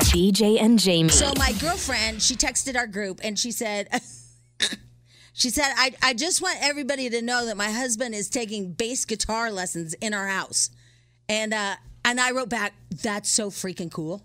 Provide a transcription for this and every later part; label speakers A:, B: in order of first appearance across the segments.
A: BJ and Jamie.
B: So my girlfriend, she texted our group and she said, she said, I, I just want everybody to know that my husband is taking bass guitar lessons in our house. And, uh, and I wrote back, that's so freaking cool.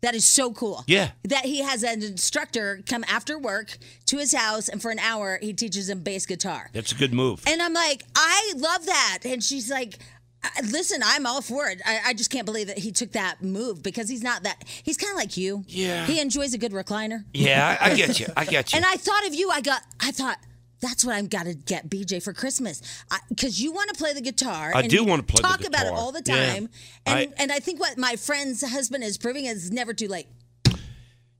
B: That is so cool.
C: Yeah.
B: That he has an instructor come after work to his house and for an hour he teaches him bass guitar.
C: That's a good move.
B: And I'm like, I love that. And she's like, "I- listen, I'm all for it. I, I just can't believe that he took that move because he's not that. He's kind of like you.
C: Yeah.
B: He enjoys a good recliner.
C: yeah, I, I get you. I get you.
B: And I thought of you. I got. I thought that's what I've got to get BJ for Christmas because you want to play the guitar.
C: I
B: and
C: do
B: you
C: wanna play the
B: Talk about it
C: guitar.
B: all the
C: Yeah.
B: time. And
C: I-
B: and I think what my friend's husband is proving is never too late.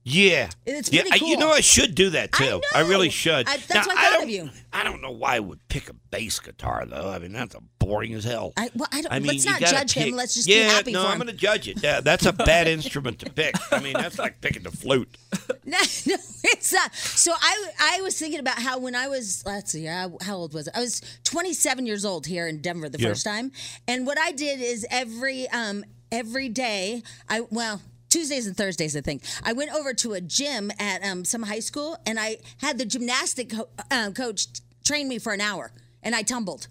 C: yeah.
B: It's
C: yeah,
B: pretty
C: I- You know,
B: cool.
C: I should do that
B: I
C: too. I, really
B: know.
C: should.
B: I- that's why
C: Now,
B: I thought of
C: don't-
B: you.
C: I don't know why I would pick a bass guitar though. I mean, that's a boring as hell.
B: I- well, I don't- let's
C: you
B: not
C: gotta
B: judge him. Let's just be
C: yeah,
B: happy
C: no,
B: for
C: I'm
B: him.
C: going to judge it. Yeah, that's a bad instrument to pick. I mean, that's like picking the flute.
B: No, no, it's not. So I, I was thinking about how when I was, let's see, I, how old was I? I was 27 years old here in Denver the
C: Yeah.
B: first time, and what I did is every, um, every day, I well. Tuesdays and Thursdays, I think. I went over to a gym at um, some high school, and I had the gymnastic co- um, coach train me for an hour, and I tumbled,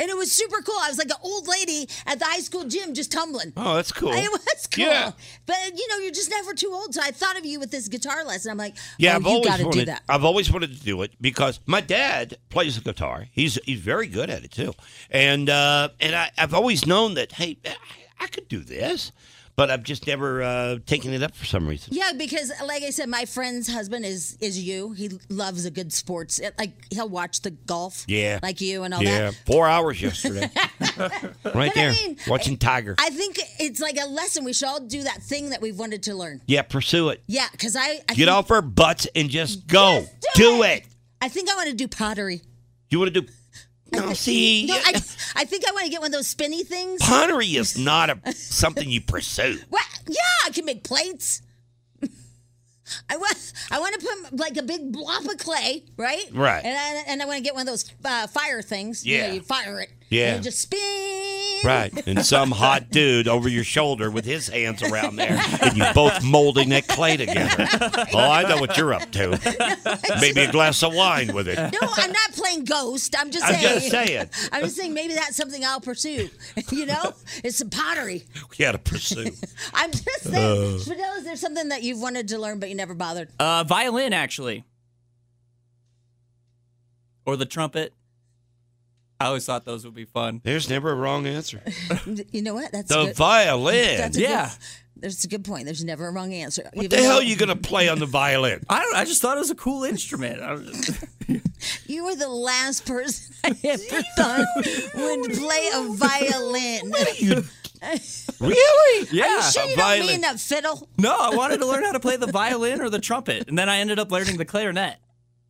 B: and it was super cool. I was like an old lady at the high school gym, just tumbling.
C: Oh, that's cool.
B: It was cool.
C: Yeah.
B: But you know, you're just never too old. So I thought of you with this guitar lesson. I'm like,
C: Yeah,
B: oh,
C: I've
B: you
C: always
B: got to
C: wanted.
B: do that.
C: I've always wanted to do it because my dad plays the guitar. He's he's very good at it too, and uh, and I, I've always known that. Hey, I, I could do this, but I've just never uh, taken it up for some reason.
B: Yeah, because like I said, my friend's husband is is you. He loves a good sports. It- like he'll watch the golf.
C: Yeah.
B: Like you and all
C: yeah,
B: that.
C: four hours yesterday, right
B: But I
C: there
B: mean,
C: watching Tiger.
B: I think it's like a lesson. We should all do that thing that we've wanted to learn.
C: yeah, pursue it.
B: Yeah, because I, I
C: Get
B: think,
C: off our butts and just go.
B: Just
C: do it.
B: I think I want to do pottery.
C: You want to do? No, Oh, see,
B: No, I, I think I want to get one of those spinny things.
C: pottery is not a something you pursue.
B: What? Yeah, I can make plates. I want, I want to put like a big blob of clay, right?
C: Right.
B: And I, and I want to get one of those uh, fire things. You know,
C: Yeah.
B: you fire it.
C: Yeah.
B: And it just spin.
C: Right. And some hot dude over your shoulder with his hands around there, and you both molding that clay together. Oh, I know what you're up to. Maybe a glass of wine with it.
B: No, I'm not playing ghost. I'm just
C: I'm
B: saying.
C: just saying.
B: I'm just saying maybe that's something I'll pursue. You know, it's some pottery.
C: We had to pursue.
B: I'm just
C: Uh.
B: saying. Fidel, is there something that you've wanted to learn but you never bothered?
D: Uh, violin, actually. Or the trumpet. I always thought those would be fun.
C: There's never a wrong answer.
B: You know what? That's
C: The
B: good.
C: violin.
B: That's a
D: Yeah.
B: Good, there's a good point. There's never a wrong answer.
C: what the hell are you going to play on the violin?
D: I don't. I just thought it was a cool instrument. I was-
B: You were the last person I ever thought would play a violin.
C: Really?
D: yeah.
B: Sure, you don't mean a fiddle.
D: No, I wanted to learn how to play the violin or the trumpet, and then I ended up learning the clarinet.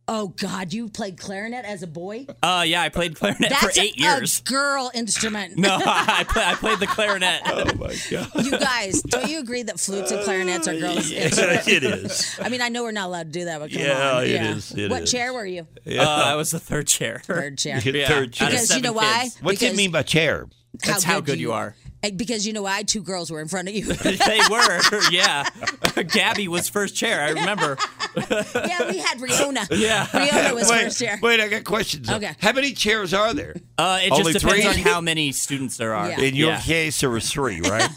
B: Oh God, you played clarinet as a boy.
D: Uh, yeah, I played clarinet
B: That's
D: for eight
B: a
D: years.
B: girl instrument.
D: No, I, play, I played the clarinet.
C: Oh, my God.
B: You guys, don't you agree that flutes and clarinets are girls?
C: it is.
B: I mean, I know we're not allowed to do that, but come
C: Yeah,
B: on.
C: it is, it
B: what
C: is.
B: chair were you?
D: Uh, I was the third chair.
B: Third chair.
D: Yeah.
C: Third
D: Out of
C: chair.
B: Because you
D: seven
B: know why?
D: kids.
C: What do you
B: because
C: mean by chair?
D: That's how good you are.
B: Eh, Because you know why? Two girls were in front of you.
D: they were, yeah. Gabby was first chair. I remember.
B: yeah, we had Rihanna.
D: Yeah.
B: Rihanna was
C: wait,
B: first chair.
C: wait, I got questions.
B: Okay.
C: How many chairs are there?
D: Uh, it
C: Only
D: just depends
C: three?
D: on how many students there are.
B: Yeah.
C: In your
D: Yeah.
C: case, there was three, right?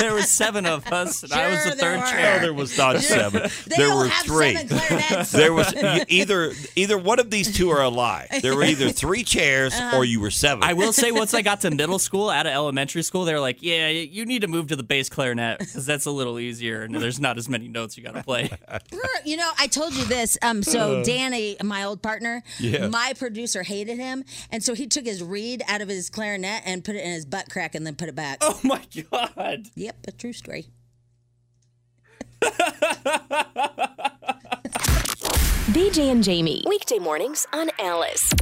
D: there were seven of us, and I was
B: Sure
D: the
B: there
D: third
B: were.
C: No,
D: chair.
C: there was not seven.
B: They
C: there
B: don't
C: were
B: have
C: three.
B: seven clarinets.
C: There was you- either either one of these two are alive. There were either three chairs or you were seven.
D: I will say, once I got to middle school, out of elementary school, they were like, "Yeah, you need to move to the bass clarinet because that's a little easier, and there's not as many notes you got to play."
B: Brr, You know, I told you this. Um, so Danny, my old partner,
C: Yeah.
B: my producer hated him, and so he took his reed out of his clarinet and put it in his butt crack, and then put it back.
D: oh my god!
B: Yep, a true story.
A: BJ and Jamie. Weekday mornings on Alice.